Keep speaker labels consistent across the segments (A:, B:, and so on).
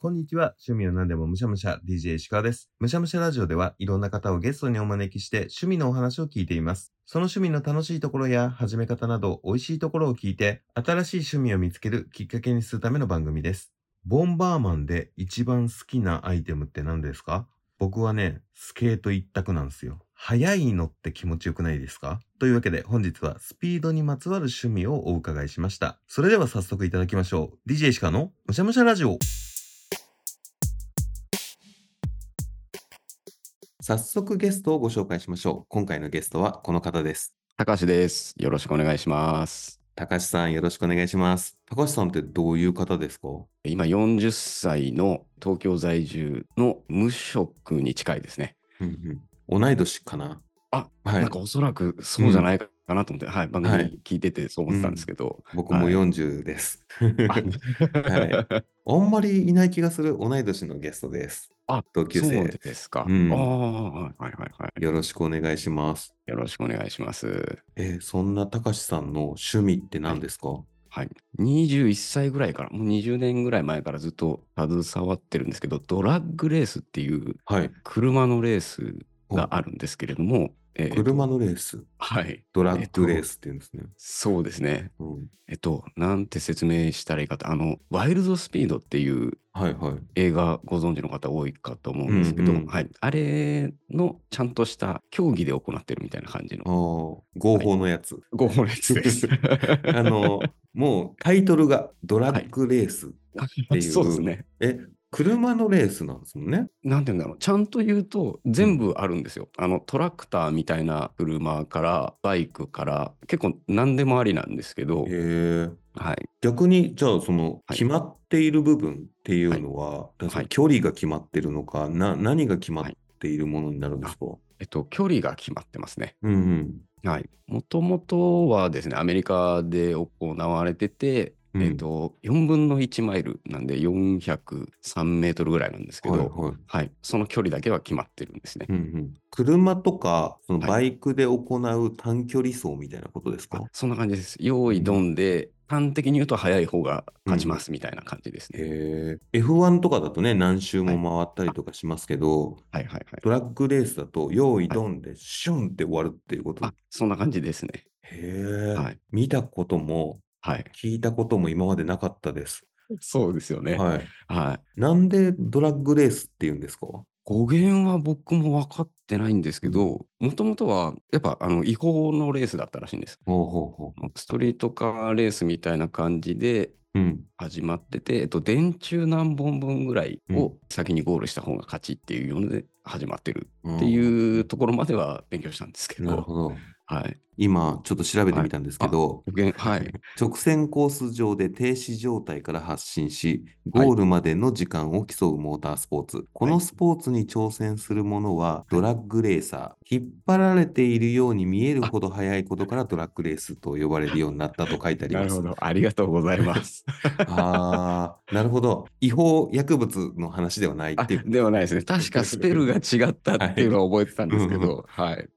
A: こんにちは。趣味は何でもむしゃむしゃ、DJ 石川です。むしゃむしゃラジオでは、いろんな方をゲストにお招きして、趣味のお話を聞いています。その趣味の楽しいところや、始め方など、美味しいところを聞いて、新しい趣味を見つけるきっかけにするための番組です。ボンバーマンで一番好きなアイテムって何ですか僕はね、スケート一択なんですよ。速いのって気持ちよくないですかというわけで本日はスピードにまつわる趣味をお伺いしました。それでは早速いただきましょう。DJ 石川のむしゃむしゃラジオ。早速ゲストをご紹介しましょう。今回のゲストはこの方です。
B: 高橋です。よろしくお願いします。
A: 高橋さんよろしくお願いします。高橋さんってどういう方ですか
B: 今40歳の東京在住の無職に近いですね。
A: うんうん。同い年かな
B: あ、
A: はい
B: なんかおそらくそうじゃないかなと思って、はい、番
A: は
B: 組
A: い
B: 聞いててそう思ってたんですけど。
A: 僕も
B: はい
A: 40です。
B: あ
A: あんまりいない気がする同い年のゲストです。
B: あ
A: 同級
B: そう
A: 生
B: ですか。
A: うん
B: ああ、はいはいはいはい。
A: よろしくお願いします。
B: よろしくお願いします。
A: えーそんなたかしさんの趣味って何ですか、
B: はい。21歳ぐらいから、もう20年ぐらい前からずっと携わってるんですけど、ドラッグレースっていう
A: はい。
B: 車のレースがあ
A: る。
B: るんですけれども、えー
A: 車のレース、
B: はい。
A: ドラッグレースっていうんですね。
B: そうですね。
A: うん、
B: えっと、なんて説明したらいいかと、あの、ワイルドスピードっていう
A: はいはい。
B: 映画ご存知の方多いかと思うんですけど、
A: うんうん
B: はい、あれのちゃんとした競技で行ってるみたいな感 じ
A: ああ
B: の
A: ー、合法のやつ。
B: ご法律です。
A: あの、もうタイトルがドラッグレース。ていう
B: そうですね。
A: え、車のレースなんですもんね。
B: なんて言うんだろう、ちゃんと言うと全部あるんですよ。あの、トラクターみたいな車から、バイクから、結構何でもありなんですけど
A: へ、え。
B: はい。
A: 逆に、じゃあ、その、
B: はい
A: 決まっている部分っていうのは、だからその
B: はい
A: 距離が決まってるのか、な、何が決まっているものになるんですか、
B: えっと、距離が決まってますね。
A: うんうん。
B: はい。もともとはですね、アメリカで行われてて、
A: うん
B: えっと、4分の1マイルなんで403メートルぐらいなんですけ
A: は
B: ど、はいい、
A: はい。
B: その距離だけは決まってるんですね。
A: うんうん、車とかその
B: はい
A: バイクで行う短距離走みたいなことですか、
B: あそんな感じです。用意どんで、端的に言うと早い方が勝ちますみたいな感じですね。
A: へえ F1 とかだとね何周も回ったりとかしますけど、
B: はいはいはい。
A: トラックレースだと用意どんでシュンって終わるっていうこと、
B: あ、そんな感じですね。
A: へえ、
B: はい
A: 見たことも
B: はい。
A: 聞いたことも今までなかったです、
B: そうですよね。はい。
A: はい、なんでドラッグレースっていうんですか
B: 語源は僕も分かってないんですけど、もともとはやっぱあの違法のレースだったらしいんです。
A: ほうほうほ
B: ストリートカーレースみたいな感じで
A: ううん
B: 始まってて、えっと、電柱何本分ぐらい
A: うん
B: を先にゴールした方が勝ちっていうので始まってる
A: っ
B: っていうところまでは勉強したんですけ
A: なる
B: ど、
A: ほど
B: はい。
A: 今ちょっと調べてみたんですけど、
B: 語源はい。
A: 直線コース上で停止状態から発進し、ゴールまでの時間を競うモータースポーツ。このスポーツに挑戦する者はドラッグレーサー。引っ張られているように見えるほど速いことからドラッグレースと呼ばれるようになったと書いてあり
B: な
A: ま
B: る
A: す
B: ほ。ど。ありがとうござい ます。
A: ああ、なるほど。違法薬物の話ではない
B: あ
A: っていう。
B: ではないですね。確かスペルが違ったっていうのは覚えてたんですけど、はい。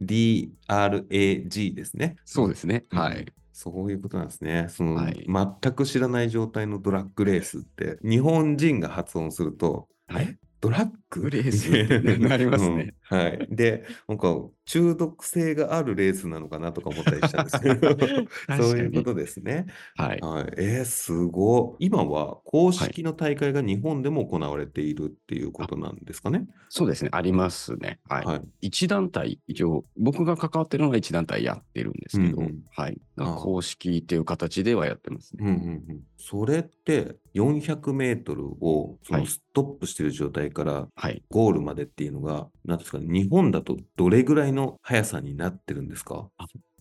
A: DRAG ですね。
B: そうですね。はい。
A: そういうことなんですね。その、
B: はい
A: 全く知らない状態のドラッグレースって、日本人が発音すると、
B: はい
A: えドラッグ
B: グレースって なりますね。
A: うんはい。で、なんか、中毒性があるレースなのかなとか思ったりしたんですけ ど
B: か、に
A: そういうことですね。
B: はい。
A: はい、えー、すごい。今は公式の大会が日本でも行われているっていうことなんですかね。
B: そうですね。ありますね。はい。
A: はい。
B: 一団体、一応、僕が関わってるのは一団体やってるんですけど、
A: うんうん
B: はい。
A: ああ
B: 公式っていう形ではやってますね。
A: うんうんうん、それって400メートルをそ
B: は
A: の
B: い
A: ストップしてる状態から
B: はい。
A: ゴールまでっていうのが、なんですかね、日本だとどれぐらいの速さになってるんですか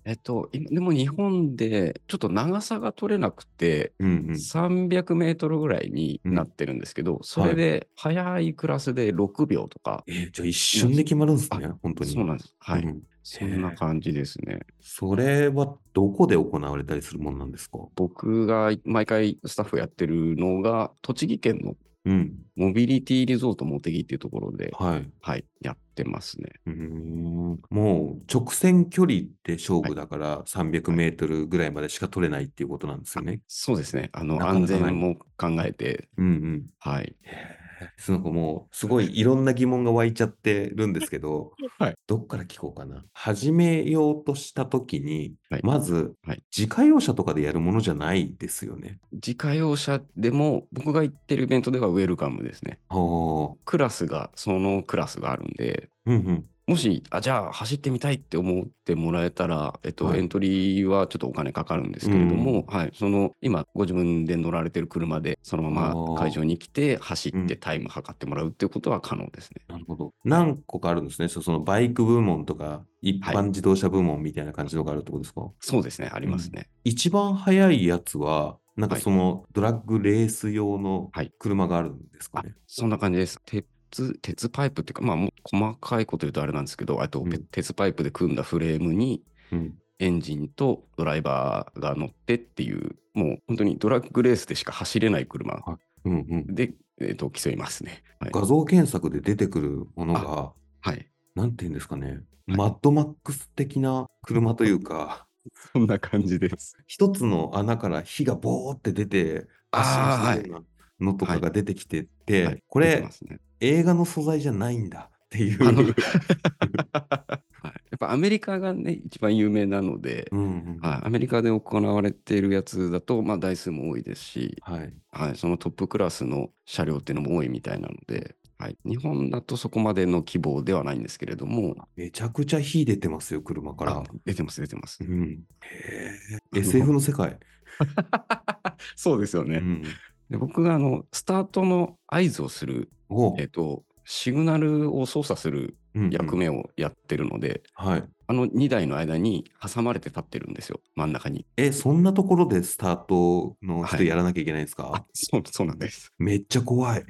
B: えっと、今でも日本で、ちょっと長さが取れなくて、
A: うんうん。
B: 300メートルぐらいになってるんですけど、それで、早いクラスで6秒とか、
A: えーじゃあ一瞬で決まるんですね、本当に。
B: そうなんです。はい。
A: うん
B: そんな感じですね。
A: それはどこで行われたりするもんなんですか
B: 僕が毎回スタッフやってるのが、栃木県の
A: うん。
B: モビリティリゾート茂木っていうところで、
A: はい。
B: はい、やってますね。
A: うーんもう直線距離で勝負だから300メートルぐらいまでしか取れないっていうことなんですよね。
B: そうですね。あの、
A: なかなか
B: 安
A: ない
B: 全も考えて、
A: うんうん。
B: はい。
A: へその子もうすごいいろんな疑問が湧いちゃってるんですけど、
B: はい
A: どっから聞こうかな。始めようとしたときに、
B: はい
A: まず、
B: はい
A: 自家用車とかでやるものじゃないですよね。
B: 自家用車でも僕が行ってるイベントではウェルカムですね
A: ほ
B: クラスがそのクラスがあるんで
A: う。うんうん。
B: もしあじゃあ走ってみたいって思ってもらえたら、えっと
A: はい
B: エントリーはちょっとお金かかるんですけれども、はい、その今ご自分で乗られてる車でそのま
A: お
B: ま
A: ー
B: 会場に来て走っ
A: うん
B: てタイム測ってもらうっていうことは可能ですね。
A: なるほど。何個かあるんですね。そうそのバイク部門とか、一
B: はい
A: 般自動車部門みたいな感じのがあるってことですか、
B: そうですねありますね。
A: 一番速いやつは、なんか
B: はい
A: そのドラッグレース用の
B: はい
A: 車があるんですか
B: あ
A: ね。
B: そんな感じです。鉄鉄パイプっていうかまあもう細かいこと言うとあれなんですけどあと、
A: うん
B: ペ鉄パイプで組んだフレームに
A: うん、
B: エンジンとドライバーが乗ってっていうもう本当にドラッグレースでしか走れない車
A: うん、うん。
B: で、えっと競いますね。はい
A: 画像検索で出てくるものが、
B: はい、
A: なんていうんですかね、
B: はい
A: マッドマックス的な車というか、
B: そんな感じです。
A: 一つの穴から火がボーって出て、
B: あー
A: 発進してるようなのとかが出てきてて、
B: はい
A: こ
B: 出て
A: れ
B: ま、すね
A: 映画の素材じゃないんだってい
B: あのは
A: う
B: い。やっぱアメリカがね一番有名なので、
A: うんうん
B: はい、アメリカで行われているやつだと、まあ、台数も多いですし、
A: はい。
B: はい、そのトップクラスの車両っていうのも多いみたいなので、はい、日本だとそこまでの規模ではないんですけれども
A: めちゃくちゃ火出てますよ、車か
B: あ
A: ら。
B: 出てます出てます
A: うん、へ
B: あ
A: え
B: の
A: SF の世界。
B: そうですよね、
A: うん、
B: で僕があのスタートの合図をする、
A: お
B: えっとシグナルを操作する役
A: 目。
B: 目をやってるので、
A: はい。
B: あの2台の間に挟まれて立ってるんですよ、真ん中に。
A: え、そんなところでスタートの人
B: はい
A: やらなきゃいけないんですか、
B: あそうそうなんです。
A: めっちゃ怖い。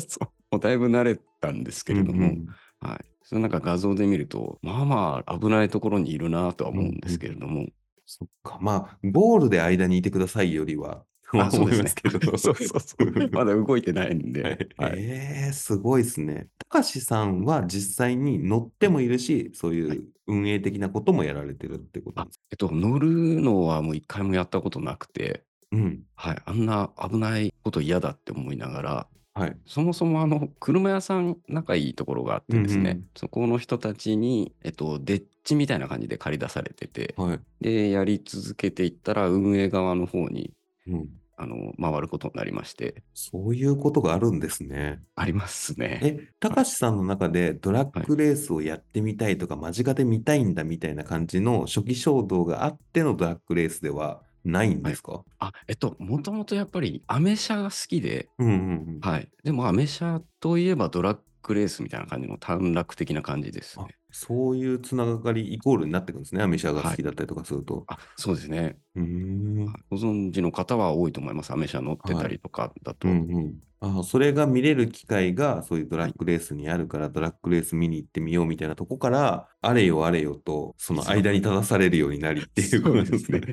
B: そうもうだいぶ慣れたんですけれども、
A: うん
B: はい、そのなんか画像で見ると、まあまあ危ないところにいるなとは思うんですけれども、
A: そっか。まあ、ゴールで間にいてくださいよりは、
B: あそうですね
A: 思いますけど。
B: そうそ うそう、 まだ動いてないんで、はい
A: えー、すごいですね。たかしさんは実際に乗ってもいるし、そういう運営的なこともやられてるってことなんですか、
B: えっと、乗るのはもう一回もやったことなくて、
A: うん。
B: はい、あんな危ないこと嫌だって思いながら、
A: はい。
B: そもそもあの車屋さん仲いいところがあってですね、
A: うんうん
B: そこの人たちに、えっと、デッチみたいな感じで借り出されてて
A: はい。
B: でやり続けていったら運営側の方に
A: うん、
B: あの回ることになりまして
A: そういうことがあるんですね。
B: ありますね。
A: え、たかしさんの中でドラッグレースをやってみたいとか、間近で見たいんだみたいな感じの初期衝動があってのドラッグレースではないんですか、
B: あえっともともとやっぱりアメ車が好きで、
A: うんうんうん。
B: はい、でもアメ車といえばドラッグレースみたいな感じの短絡的な感じです
A: あ
B: ね。
A: そういうつながりイコールになってくるんですね。アメ車が好きだったりとかすると。
B: あそうですね、
A: うーん。
B: はいご存知の方は多いと思いますアメ車乗ってたりとかだと。
A: うんうん。あそれが見れる機会が、そういうドラッグレースにあるから、ドラッグレース見に行ってみようみたいなとこから、あれよあれよと、その間に立たされるようになりっていう
B: そ
A: こと
B: うで
A: ですす
B: ね
A: ね。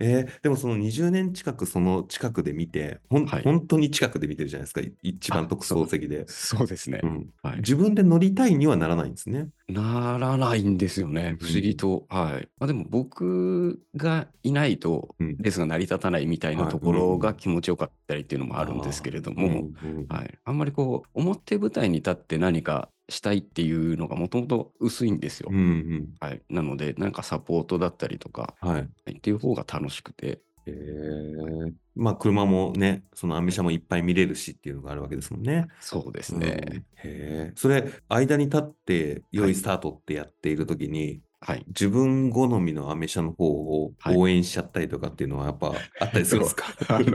A: えーでもその20年近くその近くで見て、ほん、
B: はい
A: 本当に近くで見てるじゃないですか、い一番
B: あ
A: 特装席で。
B: そうですね
A: う。ん
B: はい、
A: 自分で乗りたいにはならないんですね。
B: ならないんですよね、
A: うん
B: 不思議と。はいまあ、でも僕がいないと
A: うん
B: レースが成り立たないみたいな
A: はい
B: ところ
A: う
B: が
A: ん
B: 気持ちよかったりっていうのもあるんですけれど
A: う
B: も、
A: んうん
B: はい、あんまりこう表舞台に立って何かしたいっていうのがもともと薄いんですよ
A: うん。うん
B: はい、なのでなんかサポートだったりとか、
A: はい。
B: はいっていう方が楽しくて。
A: えーまあ車もね、そのアメ車もいっぱい見れるしっていうのがあるわけですもんね。
B: そうです
A: うん
B: ね、
A: へえ。それ、間に立って、良
B: はいい
A: スタートってやっているときに、
B: はい、
A: 自分好みのアメ車の方を
B: はい
A: 応援しちゃったりとかっていうのはやっぱあったりするんですか
B: あの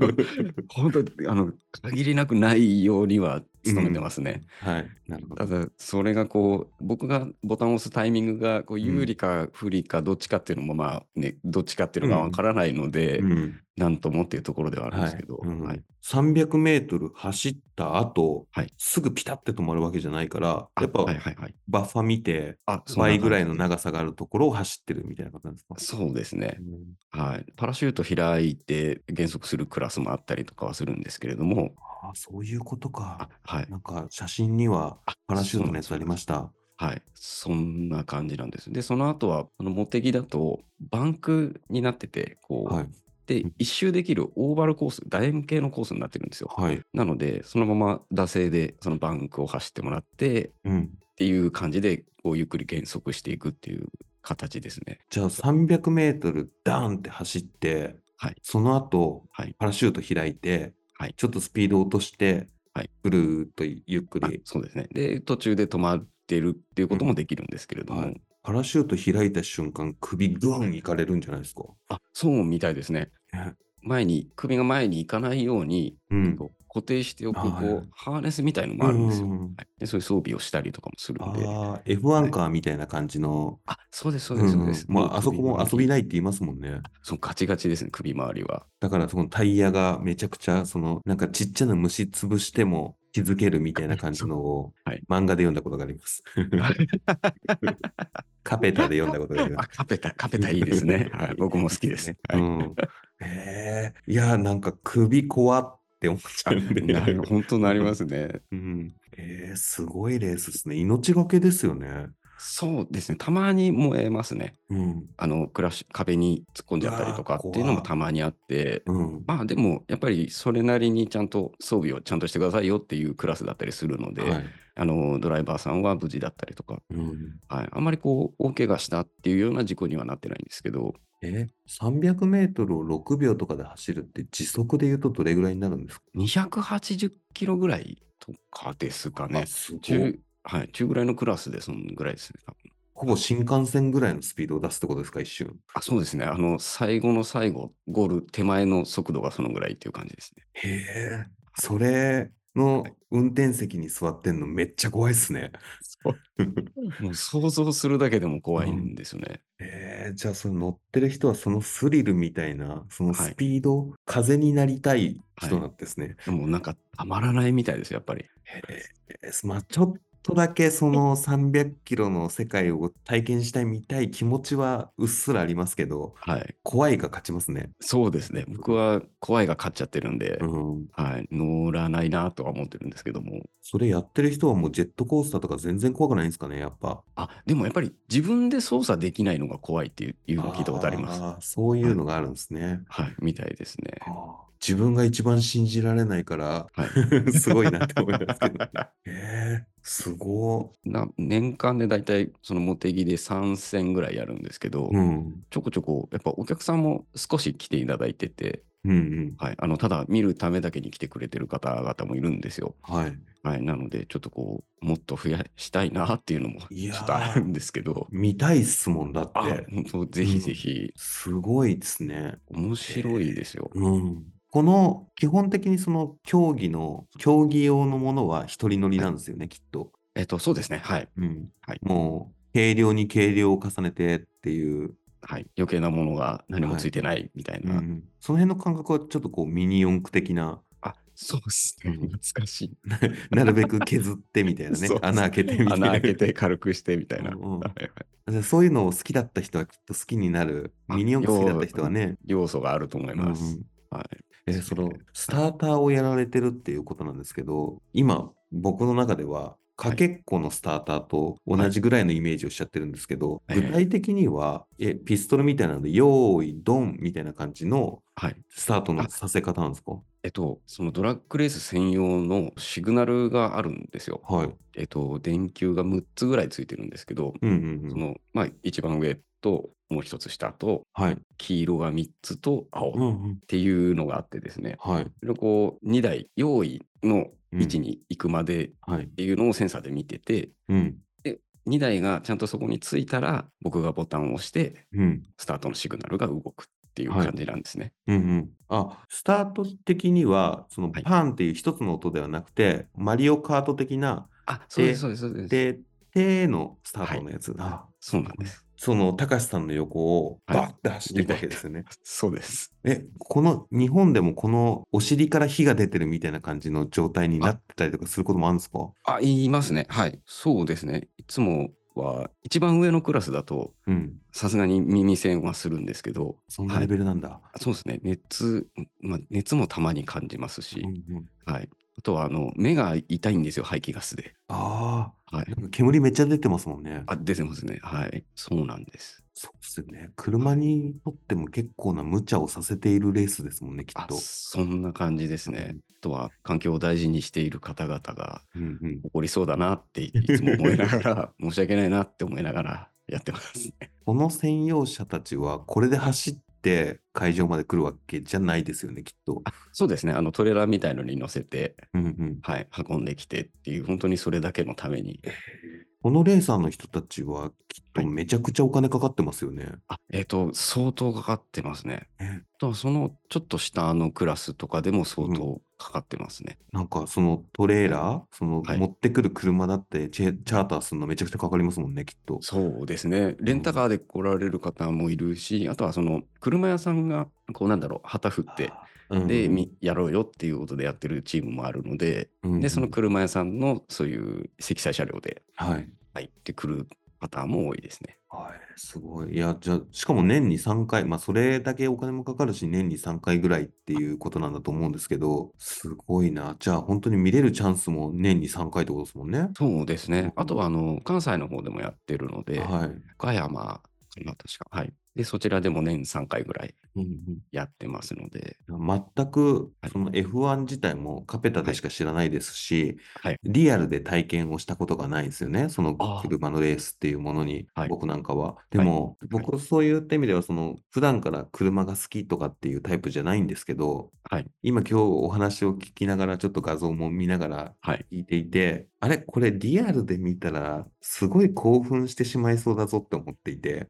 B: 本当にあの限りなくないようには努めてますね。
A: はい。なるほ
B: た
A: ど。
B: だそれがこう僕がボタンを押すタイミングがこう
A: うん
B: 有利か不利かどっちかっていうのもまあねどっちかっていうのがわからないので
A: うん
B: なんともっていうところではあるんですけど、
A: はいうん
B: はい
A: 300メートル走った後、
B: はい
A: すぐピタって止まるわけじゃないから、やっぱ
B: あはいはいはい
A: バッファ見て、
B: あそんな
A: 倍
B: 感
A: ぐ
B: じ
A: らいの長さがあるところを走ってるみたいなことなんですか
B: そうですね
A: う、ん
B: はい、パラシュート開いて減速するクラスもあったりとかはするんですけれども
A: あそういうこと
B: あ
A: か。
B: はい
A: なんか写真には
B: あ
A: パラシュートのやつありました。
B: はい、そんな感じなんです。で、その後は、あの、茂木だと、バンクになってて、こう、
A: はい。
B: で一周できるオーバルコース楕円形のコースになってるんですよ
A: はい。
B: なのでそのまま惰性でそのバンクを走ってもらって
A: うん。
B: っていう感じでこうゆっくり減速していくっていう形ですね
A: じゃあ300メートルダーンって走って、
B: はい
A: その後、
B: はい
A: パラシュート開いて、
B: はい
A: ちょっとスピード落として、
B: はい
A: ぐるーっとゆっく
B: あ
A: り。
B: そうですねで途中で止まってるっていうこともできるんですけれども、
A: はいパラシュート開いた瞬間、首グーンいかれるんじゃないですか。
B: あそうみたいですね
A: ね
B: 前に首が前に行かないように
A: うん。
B: こう固定しておく
A: あはいはい
B: こうハーネスみたいのもあるんですよ、
A: う
B: は
A: ん
B: い、でそういう装備をしたりとかもする
A: あ
B: んで
A: あ、F1 カーみたいな感じの。
B: あそうですそうですそうです、
A: うんまあ、あそこも遊び
B: い
A: ないって言いますもんね。
B: そうガチガチですね首周りは
A: だから、そのタイヤがめちゃくちゃ、その、なんかちっちゃな虫潰しても気づけるみたいな感じのを、
B: はい
A: 漫画で読んだことがあり ます。カペタで読んだことがありま
B: あ
A: す。
B: カペタカペタいいで すね、はい、僕も好きです、は
A: う
B: い
A: ん。へえいや、なんか首怖って思っちゃうんで。
B: なる本当なりますね。
A: うん。えー、すごいレースですね。命がけですよね。
B: そうですね。たまに燃えますね。
A: うん。
B: あの、クラッシュ、壁に突っ込んじゃったりとか
A: うわー
B: っていうのも
A: 怖い
B: たまにあって、
A: うん。
B: まあでも、やっぱりそれなりにちゃんと装備をちゃんとしてくださいよっていうクラスだったりするので、
A: はい。
B: あの、ドライバーさんは無事だったりとか、
A: うん。
B: はい、あんまりこう、大怪我したっていうような事故にはなってないんですけど、
A: え、300メートルを6秒とかで走るって時速で言うとどれぐらいになるんですか
B: 280キロぐらいとかですかね
A: あ。すごい
B: 中、はい、中ぐらいのクラスでそんぐらいですね、多分
A: ほぼ新幹線ぐらいのスピードを出すってことですか、一瞬。
B: あそうですね。あの、最後の最後、ゴール手前の速度がそのぐらいっていう感じですね。
A: へえ。それの運転席に座ってんのめっちゃ怖いっすね。
B: もう想像するだけでも怖いんですよね。
A: えー、じゃあその乗ってる人はそのスリルみたいな、その
B: はい
A: スピード、風になりたい人なんですね。
B: でもなんかたまらないみたいですよ、やっぱり。
A: えーまあちょっとだけその300キロの世界を体験したい、見たい気持ちはうっすらありますけど、
B: はい。
A: 怖いが勝ちますね。
B: そうですね。僕は怖いが勝っちゃってるんで、
A: うん。
B: はい。乗らないなとは思ってるんですけども。
A: それやってる人はもうジェットコースターとか全然怖くないんですかね、やっぱ。
B: あ、でもやっぱり自分で操作できないのが怖いっていういうのを聞いたことあります。
A: あーそういうのがあるんですね。
B: はい。みたいですね。
A: 自分が一番信じられないから、
B: は
A: すごいなって思いますけ ど。えー、すご
B: な年間で大体その茂木で3戦ぐらいやるんですけど、
A: い。うん。
B: ちょこちょこ、やっぱお客さんも少し来ていただいてて、
A: うんうん。
B: はい、あのただ見るためだけに来てくれてる方々もいるんですよ。
A: はい。
B: はい、なので、ちょっとこう、もっと増やしたいなっていうのも
A: い
B: ち
A: やー
B: ょっとあるんですけど、
A: 見たいっすもんだっ
B: あ
A: て。
B: 本当ぜひぜひ、
A: すごいですね。
B: 面白いですよ。
A: うん。この、基本的にその競技の、競技用のものは一人乗りなんですよね、きっと。
B: えっと、そうですね、はい、
A: うん。
B: はい
A: もう、軽量に軽量を重ねてっていう。
B: はい、余計なものが何もついてないみたいな。
A: うんその辺の感覚はちょっとこうミニ四駆的 な、
B: あそうですね、懐かしい。
A: なるべく削ってみたいなね
B: そう、
A: 穴開けてみたいな。
B: 穴開 けて軽くしてみたいな。
A: うんうん
B: はいはい
A: でそういうのを好きだった人はきっと好きになる、
B: あ
A: ミニ四駆好きだった人はね。
B: 要素があると思います。
A: うんうん
B: はい、
A: えそのスターターをやられてるっていうことなんですけど、今、僕の中では、かけっこのスターターと同じぐらいのイメージをしちゃってるんですけど、
B: はい
A: 具体的には、え、ピストルみたいなので、用意ドンみたいな感じの
B: はい
A: スタートの
B: あ
A: させ方なんですか
B: えっと、そのドラッグレース専用のシグナルがあるんですよ。
A: はい。
B: えっと、電球が6つぐらいついてるんですけど、
A: うんうん
B: そ
A: うん。
B: の、まあ、一番上と、もう一つ下と、
A: はい。
B: 黄色が3つと青
A: うん
B: っ
A: うん。
B: ていうのがあってですね、
A: はい。
B: それをこう、2台、用意の位置に行くまでっ
A: はい。
B: ていうのをセンサーで見てて、
A: うん。
B: 2台がちゃんとそこについたら、僕がボタンを押して、
A: うん。
B: スタートのシグナルが動くっていう
A: はい
B: 感じなんですね。
A: うんうん、あスタート的には、その
B: はい
A: パンっていう一つの音ではなくて、マリオカート的な、
B: あ、そうです、そうです、そうです。
A: で、てのスタートのやつ。あ
B: そうなんです。
A: その、たかしさんの横を
B: はい
A: バッて走っていくわけですよね。
B: そうです。
A: え、この、日本でもこのお尻から火が出てるみたいな感じの状態になってたりとかすることもあるんですか
B: あ、言いますね。はい。そうですね。いつもは、一番上のクラスだと、
A: うん。
B: さすがに耳栓はするんですけど、
A: そんなレベルなんだ。
B: そうですね。熱、まあ、熱もたまに感じますし、
A: うんうん
B: はい。あとは、あの、目が痛いんですよ、排気ガスで。
A: ああ、
B: はい。
A: なんか煙めっちゃ出てますもんね。
B: あ、出てますね。はい。そうなんです。
A: そうですよね。車にとっても結構な無茶をさせているレースですもんね、きっ
B: あ、
A: と。
B: そんな感じですね。あとは、環境を大事にしている方々が
A: うんうん
B: 起こりそうだなっ ていいつも思いながら、申し訳ないなって思いながらやってますね。
A: この専用車たちは、これで走って会場まで来るわけじゃないですよね、きっと。
B: そうですね。あのトレーラーみたいのに乗せて、
A: うんうん、
B: はい、運んできてっていう、本当にそれだけのために。
A: このレーサーの人たちは、きっと
B: はい
A: めちゃくちゃお金かかってますよね。
B: あ、えっ、と、相当かかってますね。
A: ね
B: あとはそのちょっと下のクラスとかでも相当かかってますね。
A: なんか、そのトレーラー、その
B: はい
A: 持ってくる車だってチェ、チャーターするのめちゃくちゃかかりますもんね、きっと。
B: そうですね。レンタカーで来られる方もいるし、あとはその車屋さんが、こうなんだろう、旗振って、
A: うん
B: で、みやろうよっていうことでやってるチームもあるので、
A: うんうん
B: で、その車屋さんのそういう積載車両で
A: はい。
B: 入ってくるパターンも多いですね。
A: はい、すごい。いや、じゃあ、しかも年に3回、まあ、それだけお金もかかるし、年に3回ぐらいっていうことなんだと思うんですけど、すごいな。じゃあ、本当に見れるチャンスも年に3回ってことですもんね。
B: そうです
A: うん
B: ね。あとは、あの、関西の方でもやってるので、
A: はい。
B: 岡山かな、確か。はい。で、そちらでも年3回ぐらいやってますので、
A: 全く
B: はい
A: その F1 自体もカペタでしか知らないですし、
B: はい
A: リアルで体験をしたことがないんですよね、その
B: あー
A: 車のレースっていうものに、
B: はい
A: 僕なんかは。でも、僕そういった意味では、その普段から車が好きとかっていうタイプじゃないんですけど、
B: はい。
A: 今今日お話を聞きながら、ちょっと画像も見ながら
B: はい。
A: 聞いていて、あれ、これリアルで見たら、すごい興奮してしまいそうだぞって思っていて、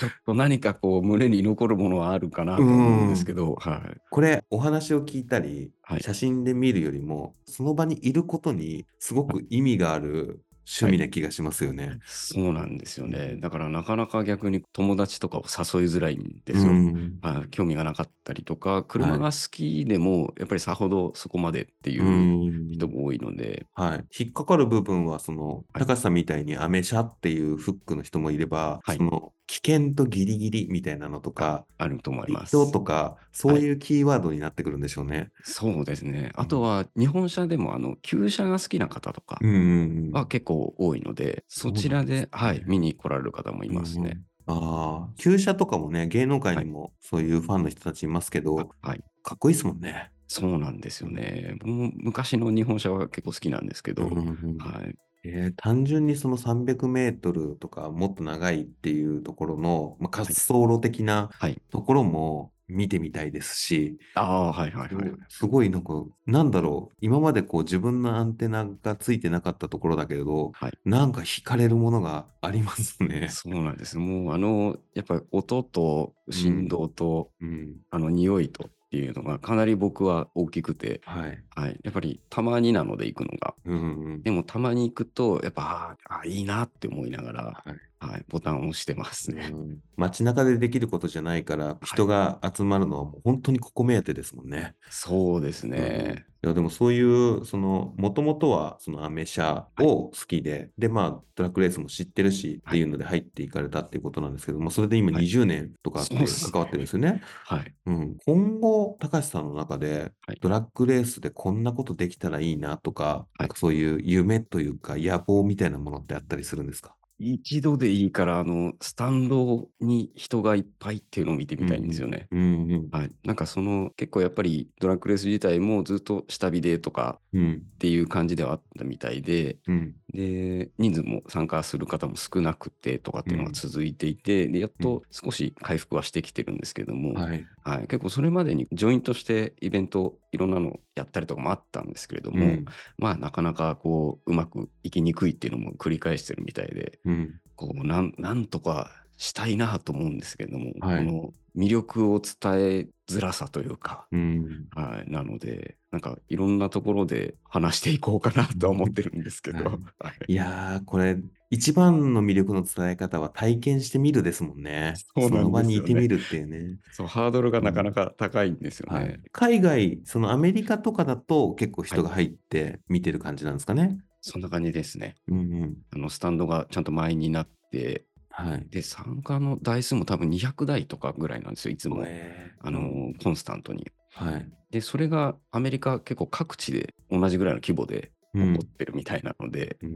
B: ちょっと何かこう、胸に残るものはあるかなと思うんですけど、はい。
A: これお話を聞いたり、
B: はい
A: 写真で見るよりもその場にいることにすごく意味がある趣味な気がしますよね。
B: そうなんですよね。だからなかなか逆に友達とかを誘いづらいんですよ。
A: うん
B: まあ、興味がなかったりとか、車が好きでも、やっぱりさほどそこまでっていう人も多いので、
A: はい、引っかかる部分はその
B: はい
A: 高さんみたいにアメ車っていうフックの人もいれば、
B: はい
A: その危険とギリギリみたいなのとか
B: あると思い
A: 立
B: ます。
A: 教とかそういうキーワードになってくるんでしょうね。
B: そうですね。あとは、日本車でも、あの、旧車が好きな方とか
A: うんうんうん
B: は結構多いので、そちらで、はい、見に来られる方もいますね。
A: うんうんああ旧車とかもね芸能界にもそういうファンの人たちいますけど、
B: はい。
A: かっこいいですもんね。
B: そうなんですよね。僕も昔の日本車は結構好きなんですけど、
A: うんうんうん
B: はい。
A: えー単純にその300メートルとかもっと長いっていうところの、まあ、滑
B: い
A: 走路的な
B: はい
A: ところも見てみたいですし、
B: ああ、はいはいはい。
A: すごいなんか、なんだろう、今までこう自分のアンテナがついてなかったところだけれど、
B: はい
A: なんか惹かれるものがありますね。
B: そうなんです。もうあの、やっぱり音と振動と、
A: うん。
B: あの匂いとっていうのがかなり僕は大きくて、
A: はい。
B: はい、やっぱりたまになので行くのが。
A: うんうん。
B: でもたまに行くと、やっぱ、あーあー、いいなって思いながら、
A: はい
B: はい、ボタンを押してますね。
A: うん街中でできることじゃないから、人が集まるのはもう本当にここ目当てですもんね。
B: そうですね。
A: いやでもそういう、その、もともとは、そのアメ車を好きで、で、まあ、トラックレースも知ってるしっていうので入っていかれたっていうことなんですけども、それで今
B: はい
A: 20年とかって
B: そうっすね
A: 関わってるんですよね。
B: はい。
A: うん。今後、高橋さんの中で
B: はい、
A: トラックレースでこんなことできたらいいなとか、
B: い
A: なんかそういう夢というか野望みたいなものってあったりするんですか
B: 一度でいいから、あの、スタンドに人がいっぱいっていうのを見てみたいんですよね。
A: うんうん。
B: はい、なんかその結構やっぱりドラッグレース自体もずっと下火でとか
A: うん。
B: っていう感じではあったみたいで
A: うん。
B: で人数も参加する方も少なくてとかっていうの
A: う
B: が
A: ん
B: 続いていて、でやっと少し回復はしてきてるんですけども、はい
A: はい。
B: 結構それまでにジョインとしてイベントいろんなのやったりとかもあったんですけれど
A: う
B: も、
A: ん。
B: まあなかなかこううまくいきにくいっていうのも繰り返してるみたいで
A: うん。
B: こうなんなんとかしたいなと思うんですけども、
A: はい
B: この魅力を伝えづらさというか、
A: うん。
B: はい、なのでなんかいろんなところで話していこうかなとは思ってるんですけど、
A: うん
B: はい
A: いやー、これ、一番の魅力の伝え方は体験してみるですもんね。
B: そうなんですよね
A: の場にいてみるっていうね。
B: そうハードルがなかなか高いんですよね。
A: はい、海外、そのアメリカとかだと結構人が入って見てる感じなんですかね。
B: そんな感じですね。
A: うんうん。
B: あのスタンドがちゃんと前になって
A: はい。
B: で参加の台数も多分200台とかぐらいなんですよいつも、
A: えー
B: あのーコンスタントに。
A: はい。
B: でそれがアメリカ結構各地で同じぐらいの規模で
A: うん
B: 起こってるみたいなので、
A: うー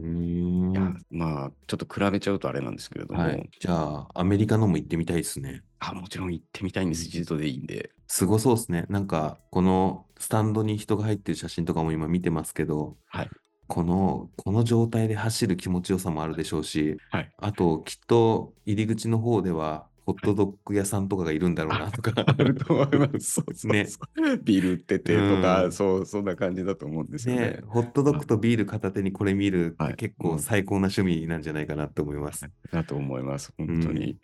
A: ん
B: いやまあちょっと比べちゃうとあれなんですけれども、
A: はい。じゃあ、アメリカのも行ってみたいですね。
B: あもちろん行ってみたいんです一度でいいんで。
A: すごそうですね。なんか、このスタンドに人が入ってる写真とかも今見てますけど、
B: はい
A: この、この状態で走る気持ちよさもあるでしょうし、
B: はい
A: あと、きっと入り口の方では、ホットドッグ屋さんとかがいるんだろうなとか、
B: あると思います。そう そう
A: ね
B: そう ビール売っててとか、
A: うん
B: そう、そんな感じだと思うんですよね。
A: ね、ホットドッグとビール片手にこれ見るって
B: はい
A: 結
B: う
A: 構
B: ん
A: 最高な趣味なんじゃないかなと思います。
B: だと思います、本当に。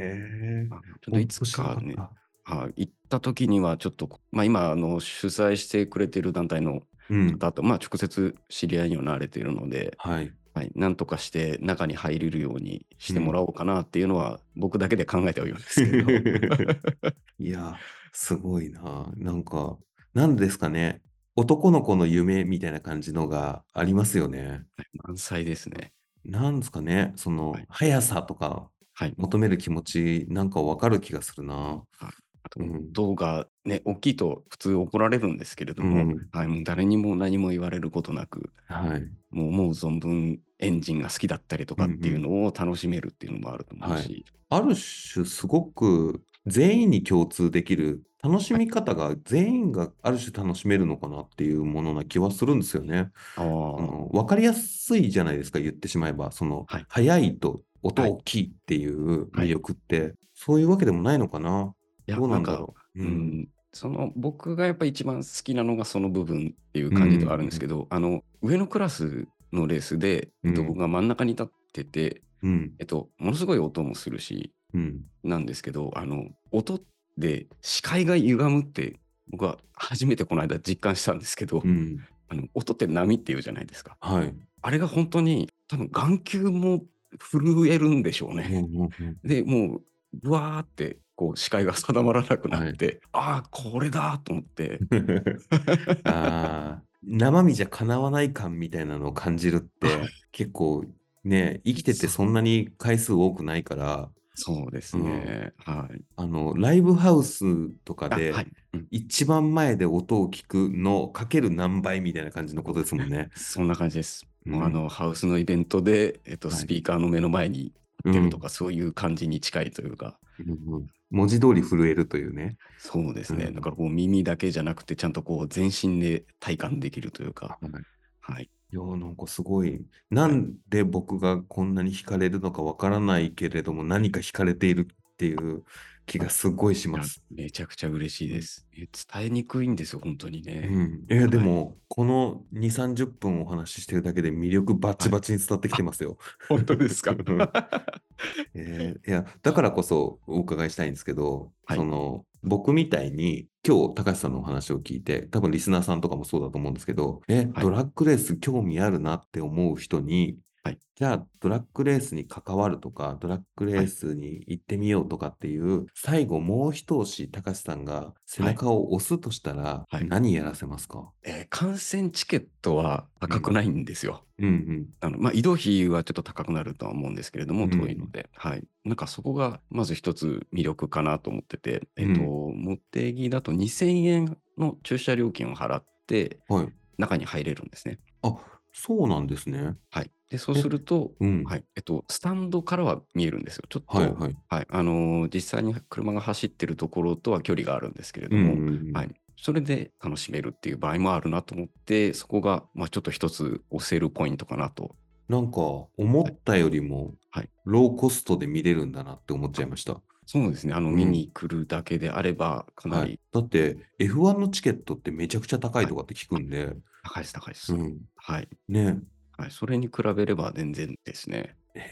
A: へえ。
B: まあちょっといつかね、
A: あ
B: はい行った時にはちょっと、まあ今、あの、主催してくれてる団体の
A: うん。
B: 方と、まあ直接知り合いにはなれているので、
A: はい。
B: はい、なんとかして中に入れるようにしてもらおうかなっていうのは、僕だけで考えてはいるんですけ ど。
A: いや、すごいな。なんか、なんですかね。男の子の夢みたいな感じのがありますよね。
B: 満載ですね。
A: なんですかね。その、
B: はい
A: 速さとか
B: はい。
A: 求める気持ちなんかわかる気がするな。
B: あと
A: うん
B: 動画ね、大きいと普通怒られるんですけれども、
A: うん
B: はい、もう誰にも何も言われることなく、
A: はい。
B: もう思う存分エンジンが好きだったりとかっていう
A: うん
B: のを楽しめるっていうのもあると思うし、
A: ある種、すごく全員に共通できる楽しみ方が全員がある種楽しめるのかなっていうものな気はするんですよね。あ
B: あ
A: の分かりやすいじゃないですか、言ってしまえば、その、
B: はい
A: 速いと音
B: はい
A: 大きいっていう
B: は
A: 魅
B: い
A: 力って、そういうわけでもないのかな。
B: あ、
A: どうなんだ
B: か
A: ろう。
B: う
A: うん
B: ん、その僕がやっぱ一番好きなのがその部分っていう感じではあるんですけど、あの上のクラスのレースで、えっと、
A: うん
B: 僕が真ん中に立ってて、
A: うん。
B: えっと、ものすごい音もするし
A: うん。
B: なんですけどあの音で視界が歪むって僕は初めてこの間実感したんですけど、
A: うん。
B: あの音って波っていうじゃないですか。
A: はい。
B: あれが本当に多分眼球も震えるんでしょうね。
A: うんうんうん
B: でもうブワーってこう視界が定まらなくなって、ああこれだと思って、
A: あー生身じゃかなわない感みたいなのを感じる って
B: は
A: 結構ね生きててそんなに回数多くないから
B: そうですね、はい
A: あのライブハウスとか
B: あ
A: で
B: はい、うん
A: 一番前で音を聞くのかける何倍みたいな感じのことですもんね。
B: そんな感じです、もう
A: うん
B: あのハウスのイベントで、えっと、
A: はい
B: スピーカーの目の前に
A: う
B: 出る
A: ん
B: とか、そういう感じに近いというか
A: 文字通り震えるというね。
B: そうですね、
A: うん
B: だからこう耳だけじゃなくてちゃんとこう全身で体感できるというか、
A: はい
B: はい、
A: いやーなんかすごい。なんで僕がこんなに惹かれるのかわからないけれども、何か惹かれているっていう気がすごいし
B: いや
A: ます。
B: めちゃくちゃ嬉しいです、え伝えにくいんですよ本当に
A: う
B: ね、
A: ん、いやでも、この2、30分お話ししてるだけで魅力バチバチに伝わってきてますよ。
B: 本当ですか
A: えーいや、だからこそお伺いしたいんですけど、
B: はい
A: その、僕みたいに、今日、高橋さんのお話を聞いて、多分リスナーさんとかもそうだと思うんですけど、え、
B: はい
A: ドラッグレース興味あるなって思う人に、
B: はい
A: じゃあ、ドラッグレースに関わるとか、ドラッグレースに行ってみようとかっていう、最後、もう一押し、高橋さんが背中を押すとしたら、
B: はい
A: 何やらせますか、
B: えー観戦チケットは高くないんですよ。
A: うん
B: あのまあ、移動費はちょっと高くなるとは思うんですけれど
A: う
B: も、
A: ん
B: 遠いので、はい。なんかそこがまず一つ魅力かなと思ってて、えっ、と、茂木だと2000円の駐車料金を払って、
A: うん。はい。
B: 中に入れるんですね。
A: あ、そうなんですね。
B: はい。で、そうすると、
A: うん。
B: はい。えっと、スタンドからは見えるんですよ。ちょっと、
A: は、
B: はいい、
A: はい。
B: あのー実際に車が走ってるところとは距離があるんですけれど
A: う
B: も、
A: ん
B: はい、それで楽しめるっていう場合もあるなと思ってそこが、まあ、ちょっと一つ押せるポイントかなと
A: なんか思ったよりも
B: はい
A: ローコストで見れるんだなって思っちゃいました。
B: そうですねあの
A: うん
B: 見に来るだけであればかな
A: はい
B: り、
A: だって F1 のチケットってめちゃくちゃ高いとかって聞くんで、
B: 高いです高いです、
A: うん、
B: はい
A: ね
B: はい、それに比べれば全然ですね
A: え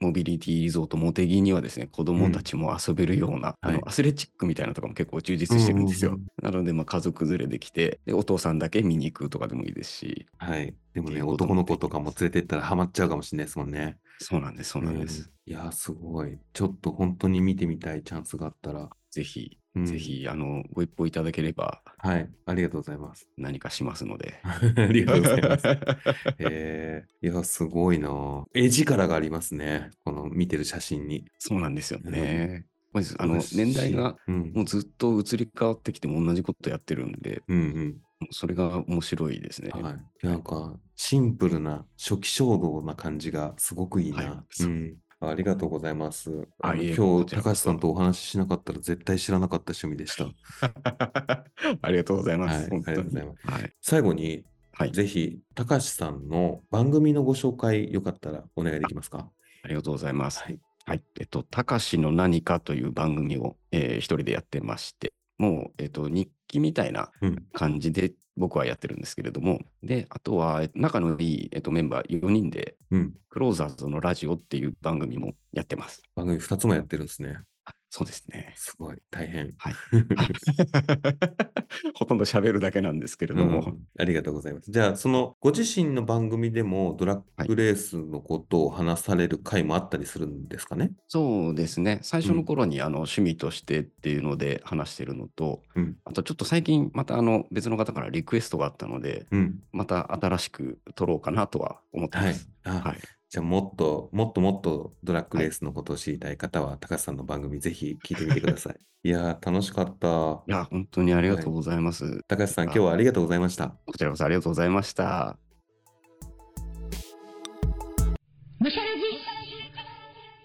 B: モビリティリゾート茂木にはですね子どもたちも遊べるよう
A: は
B: な、
A: い
B: あのアスレチックみたいなのとかも結構充実してるんですよ、
A: うんうん
B: なのでまあ家族連れで来てでお父さんだけ見に行くとかでもいいですし
A: はい、でも
B: ってい
A: ね
B: うこと
A: 男
B: も
A: の子とかも連れてったらハマっちゃうかもしれないですもんね。
B: そうなんですそうなんです、
A: うんいやーすごいちょっと本当に見てみたいチャンスがあったら、
B: ぜひ
A: うん
B: ぜひあのご一報いただければ
A: はいありがとうござい ます。
B: 何かしますので
A: ありがとうございます。 えー、いやすごいなー絵力がありますねこの見てる写真に。
B: そうなんですよ
A: うん
B: ね。まずあの
A: 嬉しい
B: 年代が
A: うん
B: もうずっと移り変わってきても同じことやってるんで、
A: うんうん
B: それが面白いですね。
C: はい。なんか、シンプルな初期衝動な感じがすごくいいな。
B: はい
C: うん。ありがとうございます。
B: あ
C: あの
B: いえ
C: 今
B: こ
C: 日、
B: ちら
C: 高
B: こそ
C: 橋さんとお話ししなかったら絶対知らなかった趣味でした。
B: ありがとうございます。
C: はい
B: 本当に
C: ありがとうご
B: す。はい。
C: 最後に、
B: はい
C: ぜひ、高橋さんの番組のご紹介、よかったらお願いできますか。
B: ありがとうございます。
C: はい。
B: はい。えっと、たかしの何かという番組を、えー一人でやってまして、もう、えっと、日記みたいな
C: うん
B: 感じで僕はやってるんですけれども、で、あとは、えっと仲のいい、えっと、メンバー4人で、
C: うん。
B: クローザーズのラジオっていう番組もやってます。
C: 番組2つもやってるんですね。。
B: あそうですね
C: すごい。大変。
B: ほとんど喋るだけなんですけれども、
C: うんありがとうございます。じゃあ、その、ご自身の番組でもドラッグレースのことを話される回もあったりするんですかね。
B: そうですね。最初
C: う
B: の
C: ん
B: 頃に、あの趣味としてっていうので話してるのと、
C: うん
B: あとちょっと最近またあの別の方からリクエストがあったので、
C: うん。
B: また新しく撮ろうかなとは思って
C: は
B: ま
C: い
B: す。。
C: あ
B: はい。
C: じゃあ、もっと、もっともっとドラッグレースのことを知りたい方は、高橋さんの番組ぜひ聞いてみてください。 いやー、楽しかった
B: い。や、本当にありがとうございます。
C: 高橋さん、今日はありがとうございました。
B: こちらこそありがとうございました。
D: むしゃらじ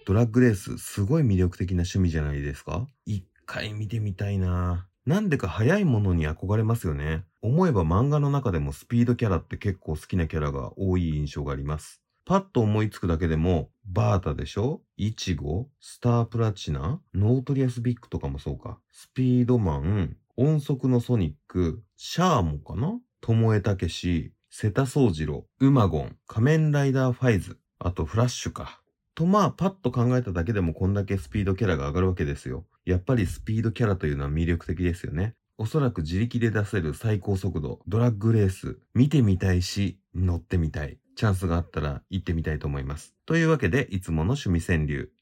A: ドラッグレース、すごい魅力的な趣味じゃないですか一回見てみたいななんでか早いものに憧れますよね。思えば漫画の中でもスピードキャラって結構好きなキャラが多い印象があります。パッと思いつくだけでも、バータでしょイチゴスタープラチナノートリアスビッグとかもそうか。スピードマン、音速のソニック、シャーモかなトモエタケシ、セタソウジロウマゴン、仮面ライダーファイズ、あとフラッシュか。とまあパッと考えただけでもこんだけスピードキャラが上がるわけですよ。やっぱりスピードキャラというのは魅力的ですよね。おそらく自力で出せる最高速度、ドラッグレース、見てみたいし、乗ってみたい。チャンスがあったら行ってみたいと思います。というわけで、いつもの趣味川柳。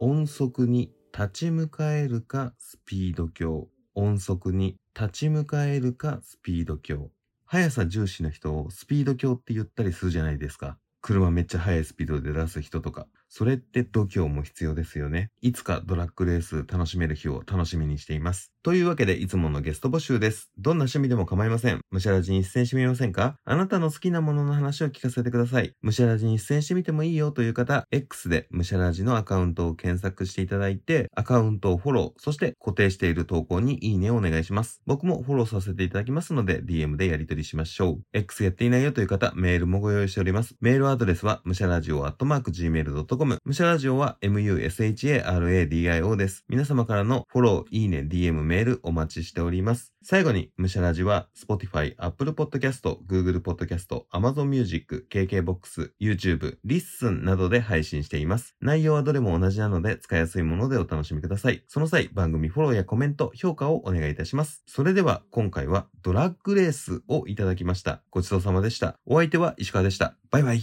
A: 音速に立ち向かえるかスピード強。音速に立ち向かえるかスピード強。速さ重視の人をスピード強って言ったりするじゃないですか。車めっちゃ速いスピードで出す人とか。それって度胸も必要ですよね。いつかドラッグレース楽しめる日を楽しみにしています。というわけで、いつものゲスト募集です。どんな趣味でも構いません。むしゃらじに出演してみませんかあなたの好きなものの話を聞かせてください。むしゃらじに出演してみてもいいよという方、X でむしゃらじのアカウントを検索していただいて、アカウントをフォロー、そして固定している投稿にいいねをお願いします。僕もフォローさせていただきますので、DM でやり取りしましょう。X やっていないよという方、メールもご用意しております。メールアドレスは、むしゃらじお gmail.com。むしゃラジオは musharadio です。皆様からのフォロー、いいね、DM、メールお待ちしております。最後に、むしゃラジは Spotify、Apple Podcast、Google Podcast、Amazon Music、KKBOX、YouTube、Listen などで配信しています。内容はどれも同じなので、使いやすいものでお楽しみください。その際、番組フォローやコメント、評価をお願いいたします。それでは、今回はドラッグレースをいただきました。ごちそうさまでした。お相手は石川でした。バイバイ。